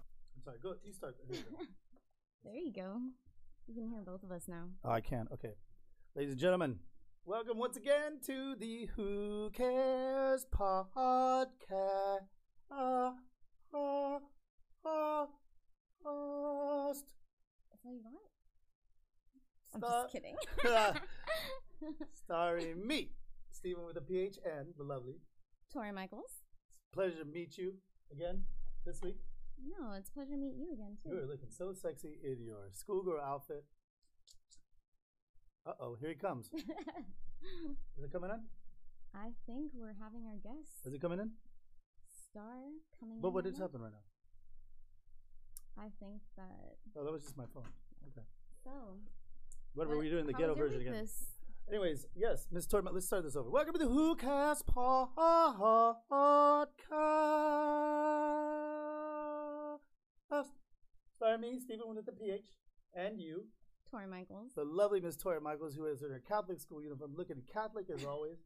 I'm sorry. Go. You start. Here you go. There you go. You can hear both of us now. Oh, I can't. Okay. Ladies and gentlemen, welcome once again to the Who Cares podcast. Uh, uh, uh, host. That's all you want? I'm Star- just kidding. Ah. Starring me, Stephen with a PH and the lovely. Tori Michaels. Pleasure to meet you again this week. No, it's a pleasure to meet you again You are too. looking so sexy in your schoolgirl outfit. Uh oh, here he comes. Is it coming in? I think we're having our guest Is it coming in? star coming. But in what right is now. happening right now? I think that Oh, that was just my phone. Okay. so. What were we doing? The how was ghetto your version week again. This Anyways, yes, Miss Torment, let's start this over. Welcome to the Who Cast Podcast. Sorry, me, Stephen with the PH, and you, Tori Michaels. the lovely Miss Tori Michaels, who is in her Catholic school uniform, looking Catholic as always,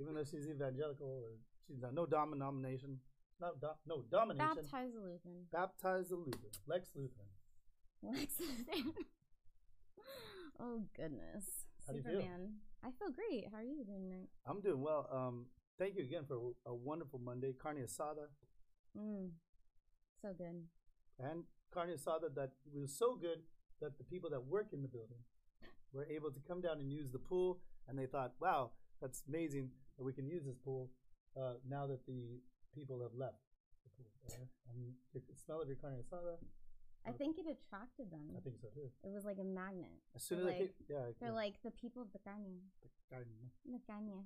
even though she's evangelical or she's not, no dom- nomination, not do- no domination, Baptized a Lutheran. baptized a Lutheran, Lex Lutheran. Lex Lutheran. oh goodness. How do you feel? Superman. I feel great. How are you doing tonight? I'm doing well. Um, thank you again for a wonderful Monday carne asada Mm. So good. and carne asada that was so good that the people that work in the building were able to come down and use the pool, and they thought, "Wow, that's amazing that we can use this pool uh, now that the people have left the pool." Uh, and the smell of your carne asada, I think it attracted them. I think so too. It was like a magnet. As soon They're as I came, like- yeah, I- They're yeah, like the people of the Kanye. the carne- The Kanye.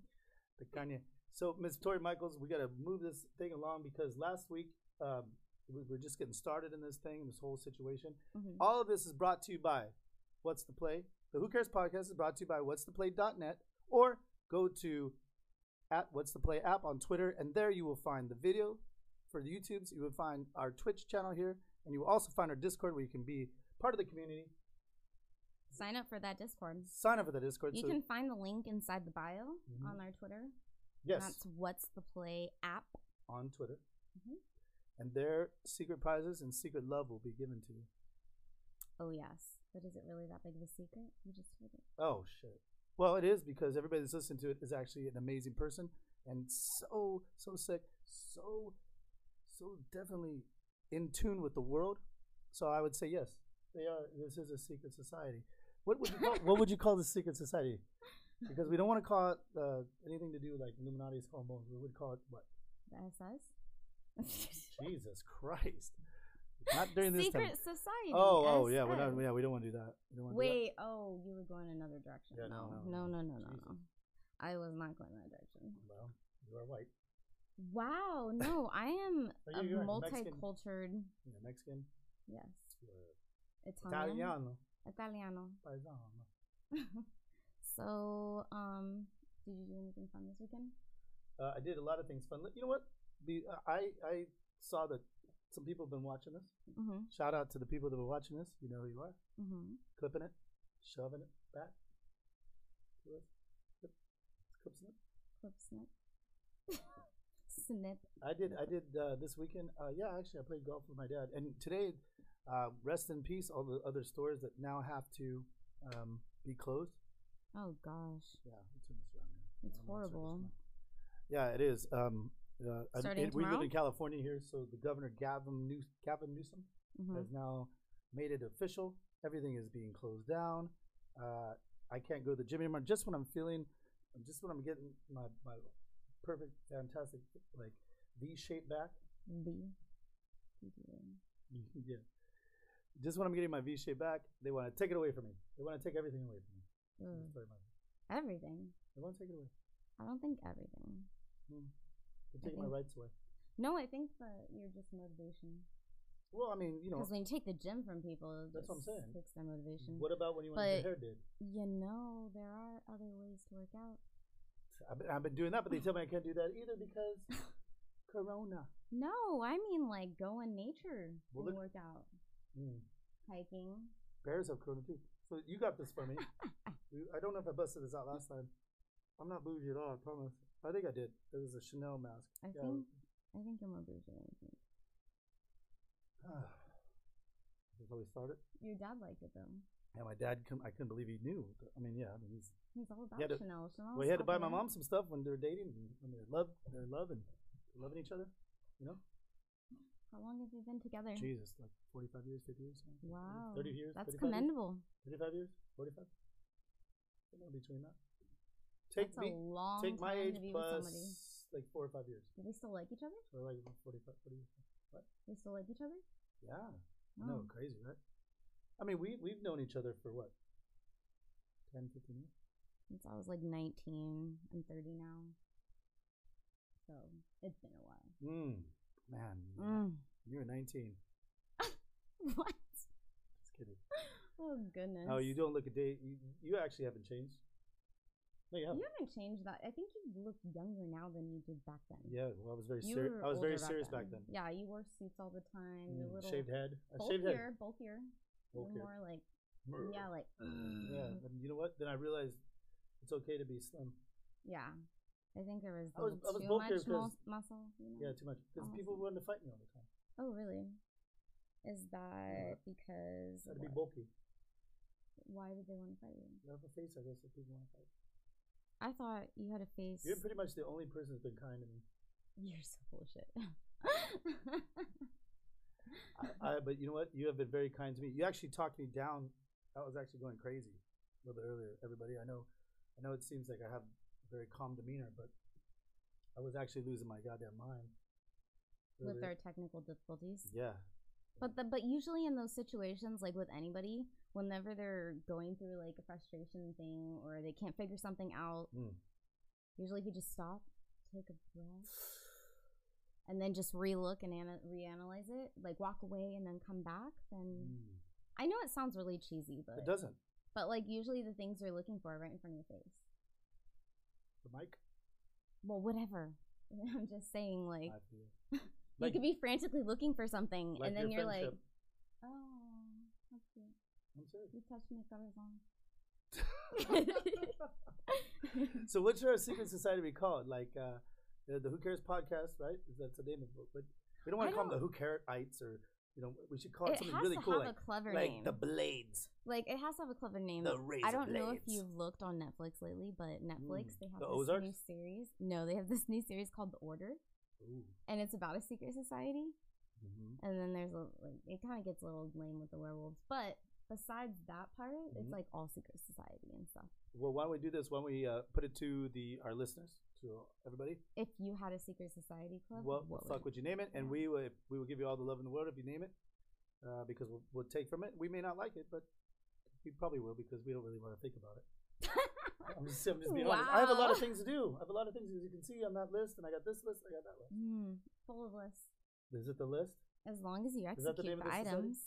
the Kanye. So, Miss Tori Michaels, we got to move this thing along because last week um, we were just getting started in this thing, this whole situation. Mhm. All of this is brought to you by What's the Play. The Who Cares podcast is brought to you by What's the Play.net or go to at What's the Play app on Twitter, and there you will find the video for the YouTubes. You will find our Twitch channel here, and you will also find our Discord where you can be part of the community. Sign up for that Discord. Sign up for the Discord. You so can find the link inside the bio Mhm. on our Twitter. yes, That's What's the Play app. on Twitter. Mhm. And their secret prizes and secret love will be given to you. Oh, yes. But is it really that big of a secret? You just told it. Oh, shit. Well, it is because everybody that's listening to it is actually an amazing person and so, so sick, so, so definitely in tune with the world. So I would say yes. They are. This is a secret society. What would you call, what would you call the secret society? Because we don't want to call it uh, anything to do with like Illuminati's hormones. We would call it what? The SS? Jesus Christ! Not during this time. Secret Society. Oh, oh, yeah, we're SS. not, yeah, we don't want to do that. We don't wanna do that. Wait, oh, you were going another direction. Yeah, no, no, no, no, no, no, no, no, Jesus. I was not going that direction. Well, you are white. Wow, no, I am Oh, a you- you are Mexican. multicultured. You're Mexican. Yes, You're Italian, Italiano. Italiano. Paisano. so, um, did you do anything fun this weekend? Uh, I did a lot of things fun. Look, You know what? The, uh, I I saw that some people have been watching this. Mhm, Shout out to the people that were watching this. You know who you are. mhm. Clipping it, shoving it back. Clip, clip, clips it. Clip snip, snip. I did. I did uh, this weekend. Uh, yeah, actually, I played golf with my dad. And today, uh, rest in peace, all the other stores that now have to um, be closed. Oh gosh, Yeah, we'll turn this around. here. It's I'm gonna turn this horrible. around. Yeah, it is. Um, uh, and- Starting and we live tomorrow? in California here, so the governor Gavin, New- Gavin Newsom hmm has now made it official. Everything is being closed down. Uh, I can't go to the gym anymore. Just when I'm feeling, just when I'm getting my, my perfect, fantastic, like V shape back. the. the- yeah. Just when I'm getting my V shape back, they want to take it away from me. They want to take everything away from me. Ugh. Sorry, Mike. Everything. They want to take it away. I don't think everything. Mm. They're I taking my think- rights away. No, I think that you're just motivation. Well, I mean, you know, Because when you take the gym from people, it That's what I'm just saying. Takes their motivation. what about when you want to get But- your hair did? You know, there are other ways to work out. I've been, I've been doing that, but they tell me I can't do that either because Corona. No, I mean like go in nature Well, and look- work out, Mm. hiking. Bears have Corona too. So you got this for me. You- I don't know if I busted this out last time. I'm not bougie at all. I promise. I think I did. It was a Chanel mask. I Yeah, think I think you're more bougie than you think. how we started. Your dad liked it though. And my dad, couldn't, I couldn't believe he knew. I mean, yeah, I mean, he's, He's all about He had to- Chanel. Chanel. well, he had to buy my popular. mom some stuff when they're dating, and when they're love, they're loving, loving each other. You know, How long have you been together? Jesus, like forty-five years, fifty years, something, Wow. thirty years, 35 That's years? commendable. 35 years? 45? Somewhere between that. Take That's a me, long take my time age to be with plus somebody. like four or five years. Do they still like each other? So like 45, 45. What? They still like each other? Oh. Yeah. No, crazy, right? I mean, we, we've known each other for what? 10, 15 years? Since I was like 19. I'm 30 now. So it's been a while. Mm. Man, you were 19. Mm. what? Just kidding. Oh, goodness. Oh, you don't look a day. You, you actually haven't changed. No, you haven't. You haven't changed that. I think you look younger now than you did back then. Yeah, well, I was very You serious. were I was older very serious back then. Yeah, you wore suits all the time. Your Mm, little shaved head. I shaved head. bulkier, bulkier. You're Bulkier. uh, more like Brr. yeah, like Yeah, Mm-hmm. and you know what? Then I realized it's okay to be slim. yeah. I think there was, I was- little I was too bulkier much mus- 'cause- muscle. You know? Yeah, too much because Awesome. people wanted to fight me all the time. Oh, really? Is that because I had to be what? bulky. why did they want to fight you? I have a face, I guess, that people want to fight. I thought you had a face. You're pretty much the only person that's been kind to me. You're so bullshit. I, I, but you know what? You have been very kind to me. You actually talked me down. I was actually going crazy a little bit earlier. Everybody, I know, I know. It seems like I have a very calm demeanor, but I was actually losing my goddamn mind. With earlier. our technical difficulties. yeah, But the, but usually in those situations, like with anybody, whenever they're going through like a frustration thing or they can't figure something out, Mm. usually if you just stop, take a breath, and then just relook and ana- reanalyze it, like walk away and then come back, then Mm. I know it sounds really cheesy, but it doesn't. but like usually the things you're looking for are right in front of your face. The mic, Well, whatever. I'm just saying, like I feel. you could be frantically looking for something, like and then your you're like, friendship. oh, that's cute. I'm serious. You touched my on. So what should our secret society be called? Like uh, the, the Who Cares podcast, right? Is that the name of it? But we don't want I to call them the don't- Who Careites, or you know, we should call it, it something has really to cool, have like, a clever like name. the Blades, like it has to have a clever name. the Razor I don't know Blades. if you've looked on Netflix lately, but Netflix Mm. they have The this new Ozarks? series. No, they have this new series called The Order, Ooh. and it's about a secret society. Mhm. And then there's a like it kind of gets a little lame with the werewolves, but besides that part, it's Mhm. like all secret society and stuff. Well, why don't we do this? Why don't we uh, put it to the our listeners, to everybody? If you had a secret society club, What, the fuck would you name it? And yeah. we will we will give you all the love in the world if you name it, uh, because we'll, we'll take from it. We may not like it, but we probably will because we don't really want to think about it. I'm just, I'm just being honest. I have a lot of Wow. things to do. I have a lot of things, as you can see on that list, and I got this list, I got that list. Mm, full of lists. Is it the list? As long as you Is that execute the name the, of the society? items,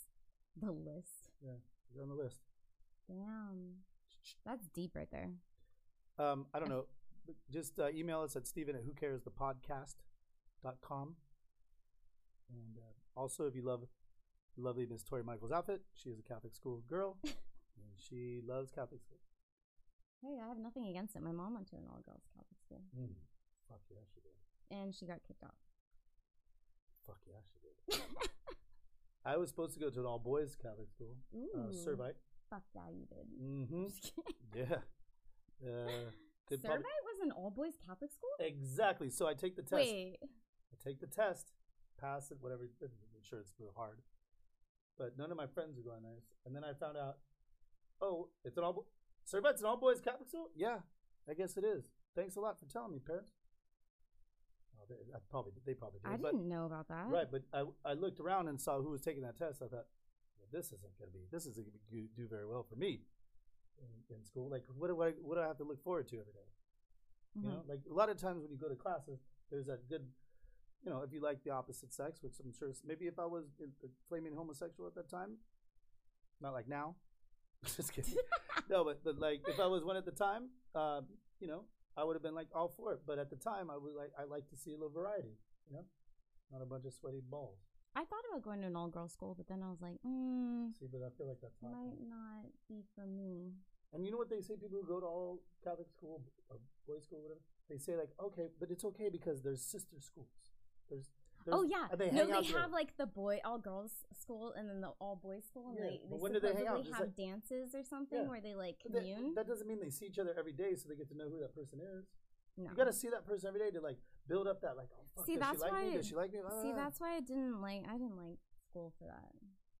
the list. Yeah, it's on the list. Damn, that's deep right there. Um, I don't know. But Just uh, email us at Stephen at who cares the podcast.com. And uh, also, if you love lovely Miss Tori Michaels' outfit, she is a Catholic school girl and she loves Catholic school. Hey, I have nothing against it. My mom went to an all girls Catholic school, Mm. Fuck yeah, she did. and she got kicked out. Fuck yeah, she did. I was supposed to go to an all boys Catholic school, Ooh, uh, Servite. fuck yeah, you did. hmm Just kidding. Yeah. Uh, could Servite probably- was an all boys Catholic school. exactly. So I take the test. Wait, I take the test, pass it, whatever. I'm sure it's real hard, but none of my friends are going there. And then I found out, oh, it's an all bo- Servette's an all boys Catholic school. Yeah, I guess it is. Thanks a lot for telling me, parents. Oh, they, I probably they probably did. I but, didn't know about that. Right, but I I looked around and saw who was taking that test. I thought, well, this isn't gonna be this isn't gonna be, do very well for me in, in school. Like, what do I what do I have to look forward to every day? Mhm. You know, like a lot of times when you go to classes, there's that good, you know, if you like the opposite sex, which I'm sure is, maybe if I was in- a flaming homosexual at that time, not like now, just kidding. no, but but like if I was one at the time, um, you know, I would have been like all for it. But at the time, I was like, I like to see a little variety, you know, not a bunch of sweaty balls. I thought about going to an all girls school, but then I was like, mm, See, but I feel like that's not. might not be for me. And you know what they say? People who go to all Catholic school, or boys' school, whatever, they say like, okay, but it's okay because there's sister schools. There's oh There's- yeah, and They no, hang they out there. have like the boy all girls school and then the all boys school, and Yeah, they, they but when do they hang out? supposedly Just have like- dances or something Yeah. where they like But that- commune. That doesn't mean they see each other every day, so they get to know who that person is. no. You got to see that person every day to like build up that like. Oh, fuck, See, does that's she like me? why- Does she like me? Ah." Blah, See, blah, blah. that's why I didn't like. I didn't like school for that.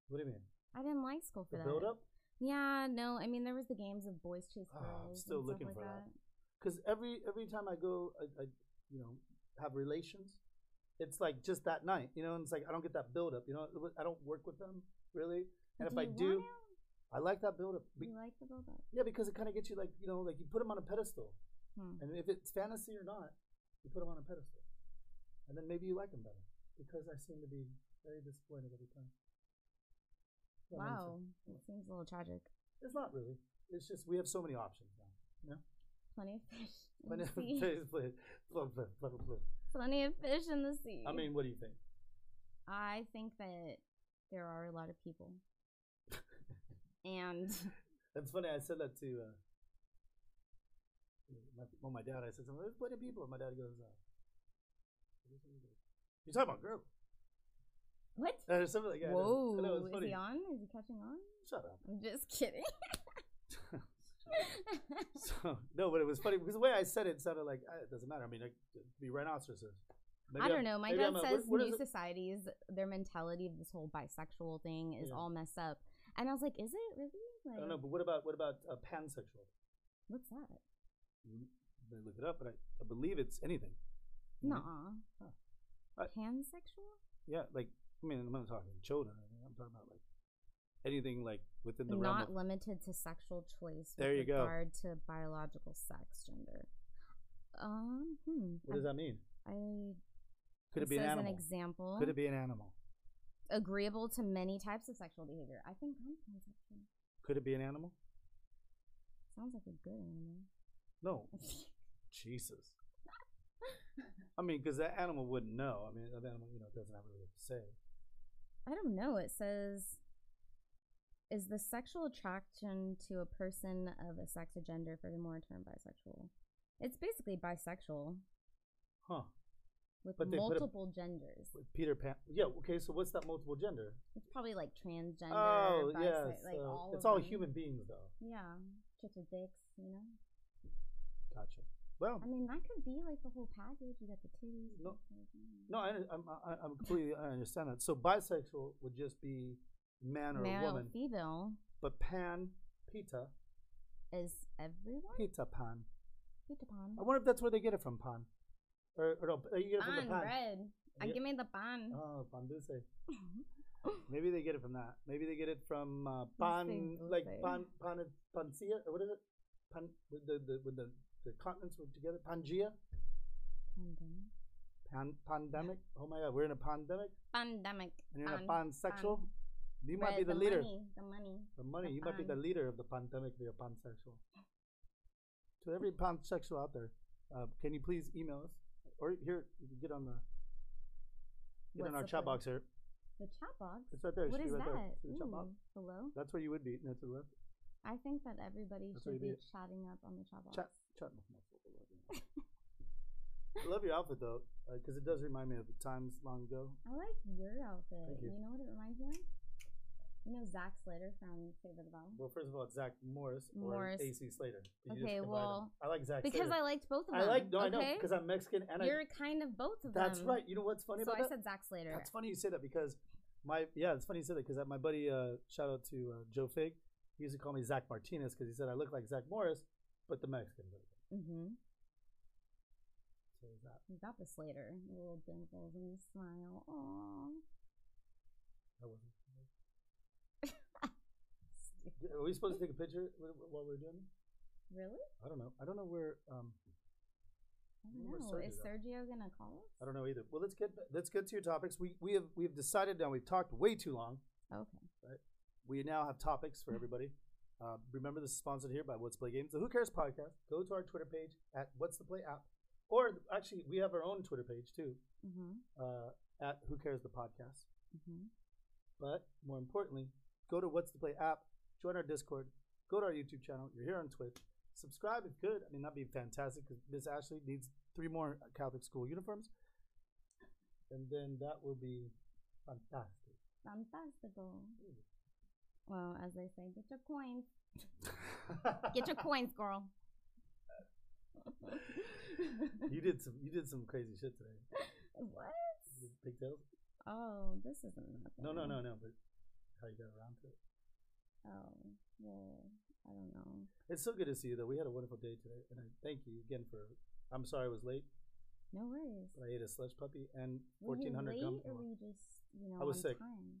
What do you mean? I didn't like school for The that. build up. Yeah, no. I mean, there was the games of boys chase Ah, girls. I'm still and looking stuff for like that. because every every time I go, I, I you know have relations. It's like just that night, you know, and it's like I don't get that build up, you know. I don't work with them really, and if I you do, wanna? I like that build up. Be- you like the build up? yeah, because it kind of gets you like you know like you put them on a pedestal, Hmm. and if it's fantasy or not, you put them on a pedestal, and then maybe you like them better because I seem to be very disappointed every time. If that makes Wow, sense. that seems a little tragic. it's not really. It's just we have so many options now. You know? Plenty of fish. But in the it's- sea. it's- it's- it's- it's- Plenty of fish in the sea. I mean, what do you think? I think that there are a lot of people, and That's funny. I said that to uh, my, well, my dad. I said something. There's plenty of people. My dad goes, uh, "You're talking about girls." what? Or something like that. Whoa! I know, it's is funny. he on? Is he catching on? Shut up. I'm just kidding. so no, but it was funny because the way I said it sounded like uh, it doesn't matter. I mean, I could be rhinoceroses. Maybe I I'm- don't know. My maybe dad I'm a- what- says what is new it? societies, their mentality of this whole bisexual thing is Yeah. all messed up. And I was like, is it really? Like, I don't know. But what about what about uh, pansexual? What's that? Mm, They look it up, but I, I believe it's anything. You know? Nuh uh. Huh. I- Pansexual? Yeah, like I mean, I'm not talking children. I mean, I'm talking about like anything like within the realm Not of limited to sexual choice with There you go. regard to biological sex, gender. Um, hmm. What does that mean? I, Could it, this be an is animal? an example. Could it be an animal? Agreeable to many types of sexual behavior. I think I'm pansexual. Could it be an animal? Sounds like a good animal. No. Jesus. I mean, because that animal wouldn't know. I mean, that animal, you know, doesn't have really a say. I don't know. It says, is the sexual attraction to a person of a sex or gender, furthermore, term bisexual? It's basically bisexual Huh. with But they put a- multiple genders. With Peter Pan. Yeah, okay, so what's that multiple gender? It's probably like transgender. oh, bise- yeah. like so all it's of all them. human beings, though. Yeah, chicks with dicks, you know. Gotcha. Well, I mean, that could be like the whole package. You got the titties. No. the thing. no, I, I'm, I, I'm completely, I understand that. So bisexual would just be man or male, woman, female but pan, pita, is everyone. pita pan. Peter Pan. I wonder if that's where they get it from, pan. Or, or no, uh, you get it from the Pan pan. bread. Uh, Yeah. give me the pan. Oh, panduse. Maybe they get it from that. Maybe they get it from uh, pan, think like buffet. pan, pan, pancia. What is it? Pan with the, the with the, the continents were together. Pangea, Pandemic. pan, pandemic. Oh my God, we're in a pandemic, Pandemic. and you're in a Pan- pansexual. pan. You might Right, be the, leader. Money, Um, the money. The money. the you might be the pan. leader of the pandemic. If you're pansexual. To every pansexual out there, uh, can you please email us or here you can get on the get What's on our the chat plan? box here. The chat box. It's right there. It What should is be right that? there. See the chat box? Ooh, hello. That's where you would be. No, to the left. I think that everybody That's what should you be do. chatting up on the chat box. Chat, chat. I love your outfit though, because it does remind me of the times long ago. I like your outfit. Thank you. know what it reminds me of? You know Zach Slater from Save by the Bell? Well, first of all, it's Zach Morris, Morris. or AC Slater. You just combine Okay, 'em. well, I like Zach Because I Slater. liked both of them. like. No, I know okay? because I'm Mexican and You're kind of both I. of That's them. right. You know what's funny So about I that? said Zach Slater. That's funny you say that because my yeah, it's funny you said that because my buddy uh, shout out to uh, Joe Fig, he used to call me Zach Martinez because he said I look like Zach Morris, but the Mexican. version. Mm-hmm. So is that You got the Slater. The little dimples and the smile. Aww. that wasn't. Are we supposed to take a picture wh- wh- while we're doing? this? Really? I don't know. I don't know where. Um, I I wonder don't know. where Is Sergio's at. Sergio gonna call us? I don't know either. Well, let's get let's get to your topics. We we have we've decided now. We've talked way too long. Okay. We now have topics Mm-hmm. for everybody. Uh, remember, this is sponsored here by What's Play Games, the Who Cares podcast. Go to our Twitter page at What's the Play app, or actually, we have our own Twitter page too Mm-hmm. uh, at Who Cares the podcast. Mm-hmm. But more importantly, go to What's the Play app, join our Discord, go to our YouTube channel. You're here on Twitch. Subscribe if good. I mean, that'd be fantastic because Miss Ashley needs three more Catholic school uniforms. and then that will be fantastic. Fantastical. Well, as they say, get your coins. Get your coins, girl. you did some. You did some crazy shit today. what? You did Pigtails? Oh, this isn't nothing. No, no, no, no. But how you got around to it? Oh, well, I don't know. It's so good to see you, though. We had a wonderful day today, and I thank you again for. I'm sorry I was late, No worries. but I ate a sledge puppy and Were you 1400 late gum. or were you just, you know, I was on sick. time?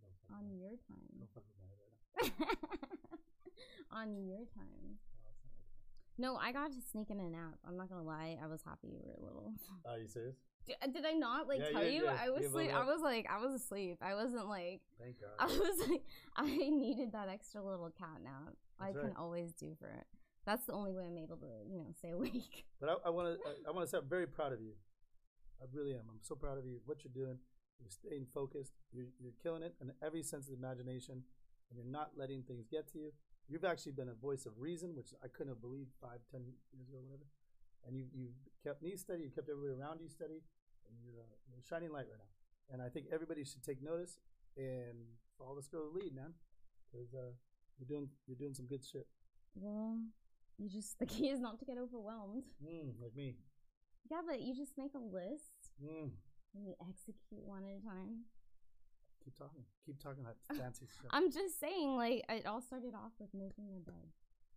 No, fuck On with my- your no, time. fuck with my head right now. on your time. No, it's not like No, I got to sneak in a nap. I'm not gonna lie, I was happy you were little. that. Are Oh, you serious? Did, did I not like Yeah, tell yeah, you? yeah. I was Yeah, but sleep. I what- was like, I was asleep. I wasn't like. Thank God. I was like, I needed that extra little cat nap. I That's can right. always do for it. That's the only way I'm able to, you know, stay awake. But I, I want to. I, I want to say I'm very proud of you. I really am. I'm so proud of you. What you're doing. You're staying focused. You're, you're killing it in every sense of the imagination, and you're not letting things get to you. You've actually been a voice of reason, which I couldn't have believed five, ten years ago, whatever. And you you kept me steady. You kept everybody around you steady. And you're, uh, you're a shining light right now. And I think everybody should take notice and follow this girl's lead, man, because uh, you're doing you're doing some good shit. Well, you just the key is not to get overwhelmed. Mm, like me. Yeah, but you just make a list Mm. and you execute one at a time. Keep talking. Keep talking about fancy stuff. I'm just saying, like it all started off with making your bed.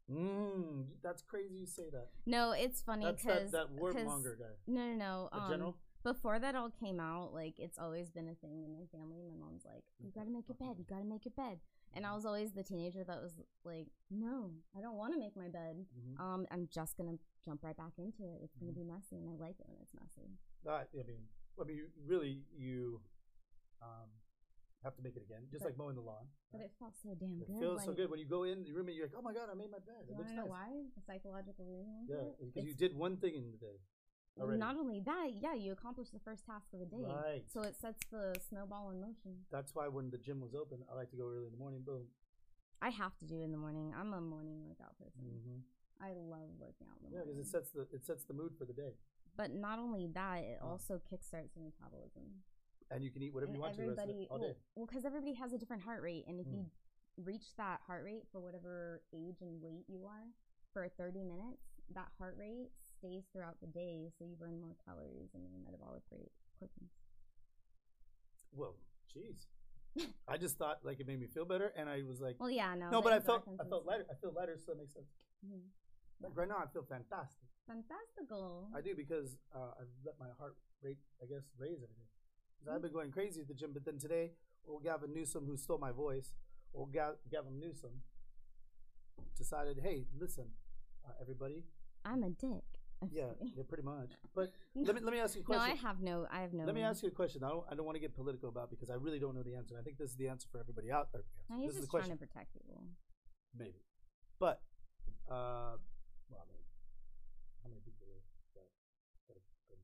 Mm, that's crazy you say that. No, it's funny That's because that, that warmonger guy. No, no, no. The um, general? Before that all came out, like it's always been a thing in my family. My mom's like, "You Okay, gotta make your bed. okay. You gotta make your bed." And I was always the teenager that was like, "No, I don't want to make my bed. Mhm. Um, I'm just gonna jump right back into it. It's gonna Mhm. be messy, and I like it when it's messy." That- I mean, I mean, you- really, you um, have to make it again, just But- like mowing the lawn. But right? it felt so damn It good. feels when so you- good when you go in the room and you're like, oh my god, I made my bed. It You want looks to know nice. why? The psychological reason. for Yeah, it? because you It's- did one thing in the day. already. Not only that, yeah, you accomplished the first task of the day, Right. so it sets the snowball in motion. That's why when the gym was open, I like to go early in the morning. Boom. I have to do it in the morning. I'm a morning workout person. Mm-hmm. I love working out in the Yeah, because morning. it sets the it sets the mood for the day, but not only that, it Mm. also kickstarts your metabolism. and you can eat whatever and you want to the rest of the, E, everybody, all day. well, because everybody has a different heart rate, and if Mm. you reach that heart rate for whatever age and weight you are for 30 minutes, that heart rate stays throughout the day, so you burn more calories and your metabolic rate quickens. Whoa, jeez. I just thought like it made me feel better, and I was like, Well, yeah, no. no, the but I felt endorphins I felt and stuff. lighter. I feel lighter, so that makes sense. Mhm. Like right now, I feel fantastic. Hmm. Fantastical. I do because uh, I've let my heart rate, I guess, raise every day. 'Cause Mm-hmm. I've been going crazy at the gym, but then today, old Gavin Newsom, who stole my voice, old Ga- Gavin Newsom, decided, hey, listen, uh, everybody, I'm a dick. I'm yeah, kidding. yeah, pretty much. But let me let me ask you a No, I question. have no. I have no. let me ask you a question. I don't I don't want to get political about because I really don't know the answer. I think this is the answer for everybody out there. Now he's this is the just question. trying to protect people. Maybe. But, uh, well, I mean, how many people are that? that, that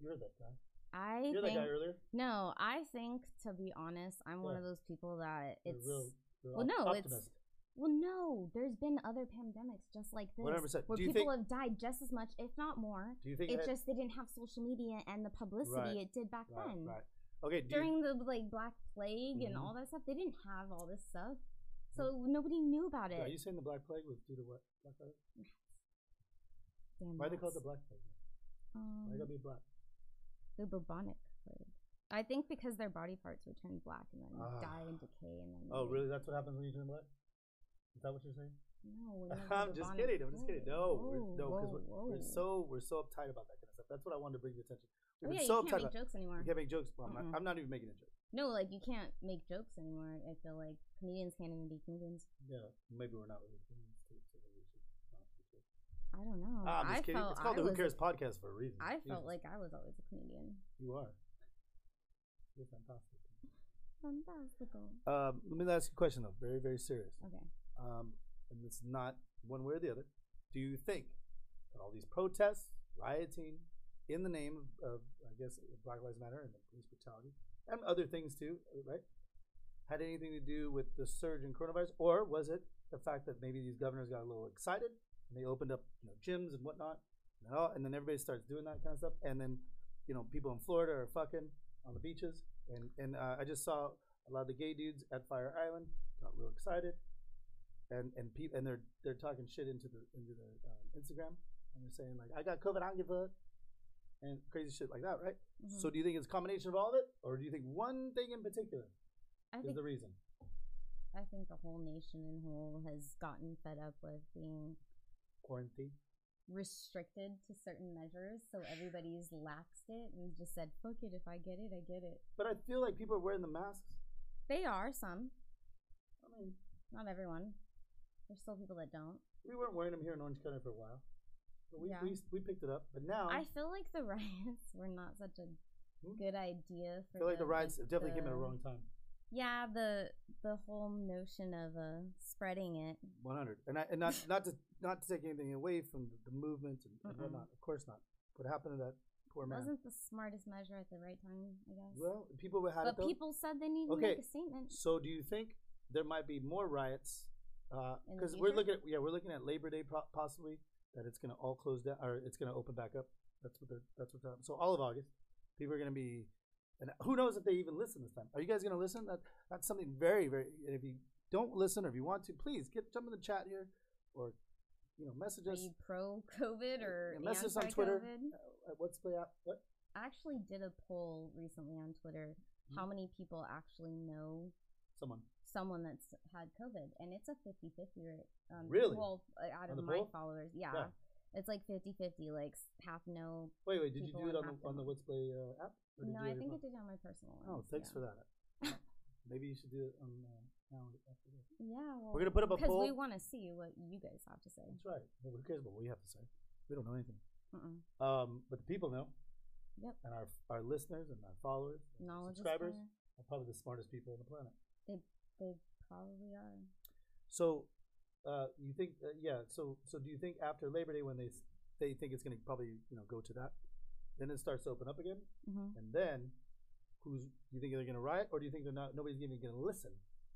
you heard that guy. I You heard that think guy earlier? no. I think to be honest, I'm one Yeah. of those people that You're it's real- real well, no, it's- optimist. well, no. There's been other pandemics just like this 100%. where Do you people think- have died just as much, if not more. Do you think It I- just they didn't have social media and the publicity Right, it did back right, then. right. Okay, do you, During the like Black Plague and Mhm. all that stuff, they didn't have all this stuff, so nobody knew about it. are Mm-hmm. you saying the Black Plague was due to what? Black Plague? Damn Why they call it the Black rats. Plague? Why Um, gotta be black? the bubonic plague. I think because their body parts would turn black and then Ah. die and decay and then. Oh, they- really? That's what happens when you turn black? Is that what you're saying? No, we have the I'm just bubonic kidding. I'm just kidding. plague. No, we're, no, Whoa, because we're, whoa, we're whoa. so we're so uptight about that kind of stuff. That's what I wanted to bring to your attention. Oh, We've yeah, been you so can't uptight. make about- jokes Mm-hmm. anymore. we can't make jokes. Mom. I- Mm-mm. I'm not even making a joke. No, like you can't make jokes anymore. I feel like comedians can't even be comedians. Yeah, maybe we're not really doing this too, so maybe we should not be sure. I don't know. Ah, I'm I just kidding. felt It's called I the Who was- Cares podcast for a reason. I Jesus. felt like I was always a comedian. you are. You're fantastic. Fantastical. Um, let me ask you a question though, very very serious. Okay. Um, and it's not one way or the other. Do you think that all these protests, rioting, in the name of, of I guess Black Lives Matter and the police brutality and other things too, right? Had anything to do with the surge in coronavirus, or was it the fact that maybe these governors got a little excited and they opened up you know, gyms and whatnot, and, all, and then everybody starts doing that kind of stuff, and then you know, people in Florida are fucking on the beaches, and and uh, I just saw a lot of the gay dudes at Fire Island got real excited, and and people and they're they're talking shit into the into the um, Instagram, and they're saying like, I got COVID, I don't give a fuck," and crazy shit like that, right? Mhm. So do you think it's a combination of all of it, or do you think one thing in particular I is think the reason? I think the whole nation in whole has gotten fed up with being Quarantine. restricted to certain measures, so everybody's laxed it and just said, "Fuck it, if I get it, I get it." But I feel like people are wearing the masks. They are some, I mean, not everyone. There's still people that don't. we weren't wearing them here in Orange County for a while. But we, Yeah. we, we picked it up. But now, I feel like the riots were not such a Um, Hmm? good idea for I feel like the riots definitely came at a the- wrong time. Yeah, the the whole notion of uh spreading it. 100. And, I, and not, not, to, not to take anything away from the, the movement and, and Mm-mm. whatnot. Of course not. What happened to that poor man? wasn't the smartest measure at the right time, I guess. well, people had it but though. people said they need to Okay. make a statement. So do you think there might be more riots? In the Because we're future? looking at yeah, we're looking at Labor Day pro- possibly that it's going to all close down or it's going to open back up. That's what they're that's what time. So all of August, people are going to be, and who knows if they even listen this time? Are you guys going to listen? That that's something very very. And if you don't listen or if you want to, please get jump in the chat here, or you know message Are us. you pro COVID or Yeah, message us on Twitter. anti-COVID? Uh, what's the app? What? I actually did a poll recently on Twitter Hmm? how many people actually know Someone. someone that's had COVID, and it's a 50 50 rate. Um, Really? Well, uh, out On the of my poll? followers, yeah. Yeah. It's like 50 50, like s- half no. Wait, wait. Did People you do it on on half the on the the month. What's Play uh, app? Or did No, you do I it think on- I did it on my personal one. Oh, thanks yeah. for that. Maybe you should do it on uh, now after this. Yeah. Well, We're gonna put up a Because poll. we want to see what you guys have to say. That's right. Well, who cares what we have to say? We don't know anything. Mm-mm. Um, but the people know. Yep. And our our listeners and our followers, and our Knowledge is subscribers power. are probably the smartest people on the planet. They probably are. So, uh, you think? Uh, yeah. So so do you think after Labor Day when they s- they think it's going to probably you know go to that, then it starts to open up again, Mm-hmm. and then who's do you think they're going to riot or do you think they're not? Nobody's even going to listen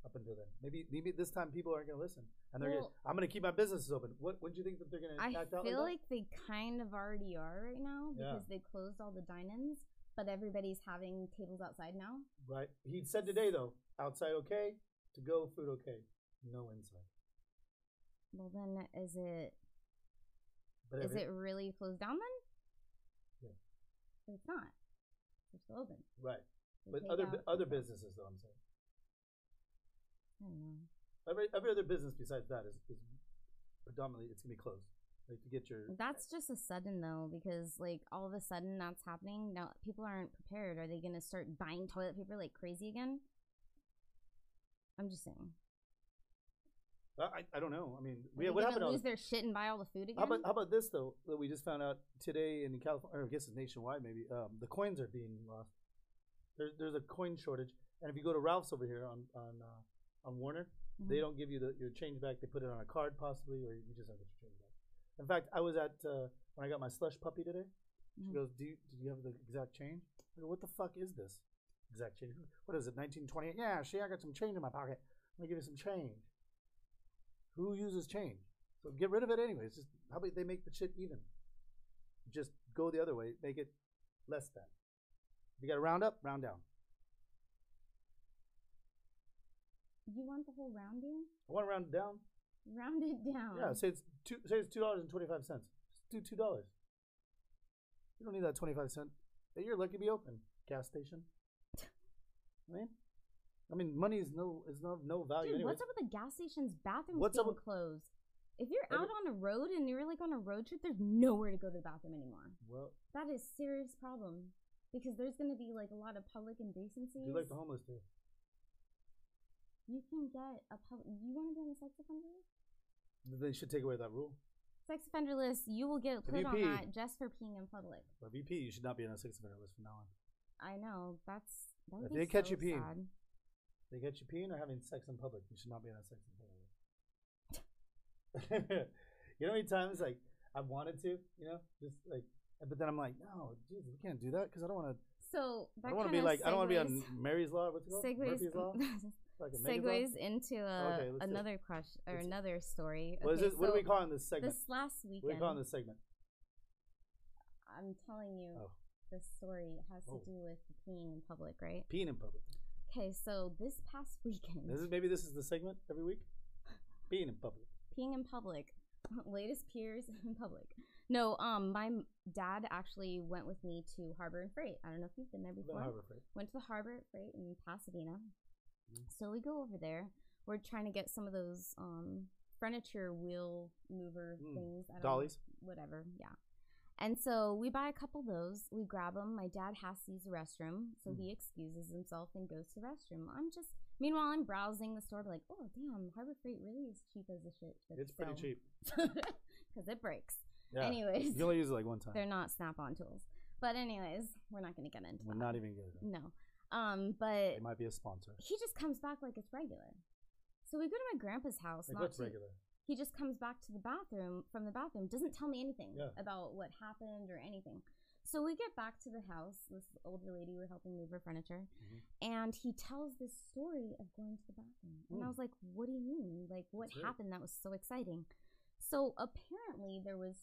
up until then. Maybe maybe this time people aren't going to listen, and they're Well- gonna, I'm going to keep my businesses open. What what do you think that they're going to I act out like? feel that? like they kind of already are right now Yeah. because they closed all the dine-ins, but everybody's having tables outside now. Right. He said today though, outside okay, to go food okay, no inside. Well, then is it But is every- it really closed down then? Yeah. But it's not. They're still open. right? They But take other out- bu- other businesses though, I'm saying I don't know. every every other business besides that is, is predominantly it's gonna be closed. Like to get your That's just a sudden though, because like all of a sudden that's happening. Now people aren't prepared. Are they going to start buying toilet paper like crazy again? I'm just saying. I, I- I don't know. I mean, Are we, they what gonna happened? to Lose us? their shit and buy all the food again. How about how about this though? That we just found out today in California, or I guess it's nationwide. Maybe um, the coins are being lost. There's there's a coin shortage, and if you go to Ralph's over here on on uh, on Warner, They Mhm. don't give you the, your change back. They put it on a card, possibly, or you just don't get your change back. In fact, I was at uh, when I got my slush puppy today. She Mhm. goes, "Do you, do you have the exact change?" I go, "What the fuck is this exact change? What is it? 1928? Yeah, she. I got some change in my pocket. I'm gonna give you some change. Who uses change? So get rid of it anyway. It's just how about they make the shit even? Just go the other way. Make it less than. If you got to round up, round down. You want the whole rounding? I want to round down. Round it down. Yeah, say it's two. Say it's two dollars and twenty five cents. Just do two dollars. You don't need that twenty five cent. Hey, You're lucky to be open. Gas station. I mean, I mean, money is no is no no value. Dude, anyway. what's up with the gas station's bathrooms What's up being with- closed? If you're Every- out on a road and you're like on a road trip, there's nowhere to go to the bathroom anymore. Well, That is serious problem because there's going to be like a lot of public indecencies. you like the homeless too. You can get a public. You want to be on the sex offender list? They should take away that rule. Sex offender list. You will get put on VP. that just for peeing in public. But VP, you should not be on a six minute list from now on. I know. That's that would If be they catch so you peeing. sad. They get you peeing or having sex in public. You should not be on a sex in public. list. you know, how many times like I've wanted to, you know, just like, but then I'm like, no, Jesus, we can't do that because I don't want to So that I don't want to kinda be like I don't want to be on segues- Mary's Law. What's it called? Murphy's Law. segues. Fucking Megan's Law? segues into a, Okay, let's do it. another question or Let's- another story. What is Okay, this? what are we so calling this segment? This last What are weekend, we calling this segment? I'm telling you, Oh. this story has Oh. to do with peeing in public, right? Peeing in public. Okay, so this past weekend, This is maybe this is the segment every week. Peeing in public. peeing in public, latest peers in public. No, um, my m- dad actually went with me to Harbor and Freight. I don't know if you've been there The before. harbor freight. Went to the Harbor and Freight in Pasadena. Mhm. So we go over there. We're trying to get some of those um furniture wheel mover Mm, things. I don't know. Dollies. whatever. Yeah. And so we buy a couple of those. We grab them. My dad has to use the restroom, so Mm. he excuses himself and goes to the restroom. I'm just meanwhile I'm browsing the store, like, oh damn, Harbor Freight really is cheap as a shit. It's pretty cheap. because it breaks. Yeah. Anyways, You can only use it like one they're time. not snap-on tools. But anyways, we're not gonna get into We're that. not even good. at it. no. Um, but It might be a sponsor. he just comes back like it's regular. So we go to my grandpa's house. Like not what's too- regular? he just comes back to the bathroom from the bathroom doesn't tell me anything Yeah. about what happened or anything so we get back to the house this older lady we're helping move her furniture Mhm. and he tells this story of going to the bathroom and i Mm. was like what do you mean like what That's right. happened that was so exciting so apparently there was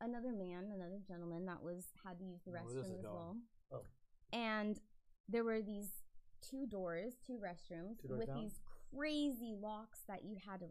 another man another gentleman that was had to use the Where this restroom is as going. well Oh. and there were these two doors two restrooms Two doors with down? these crazy locks that you had to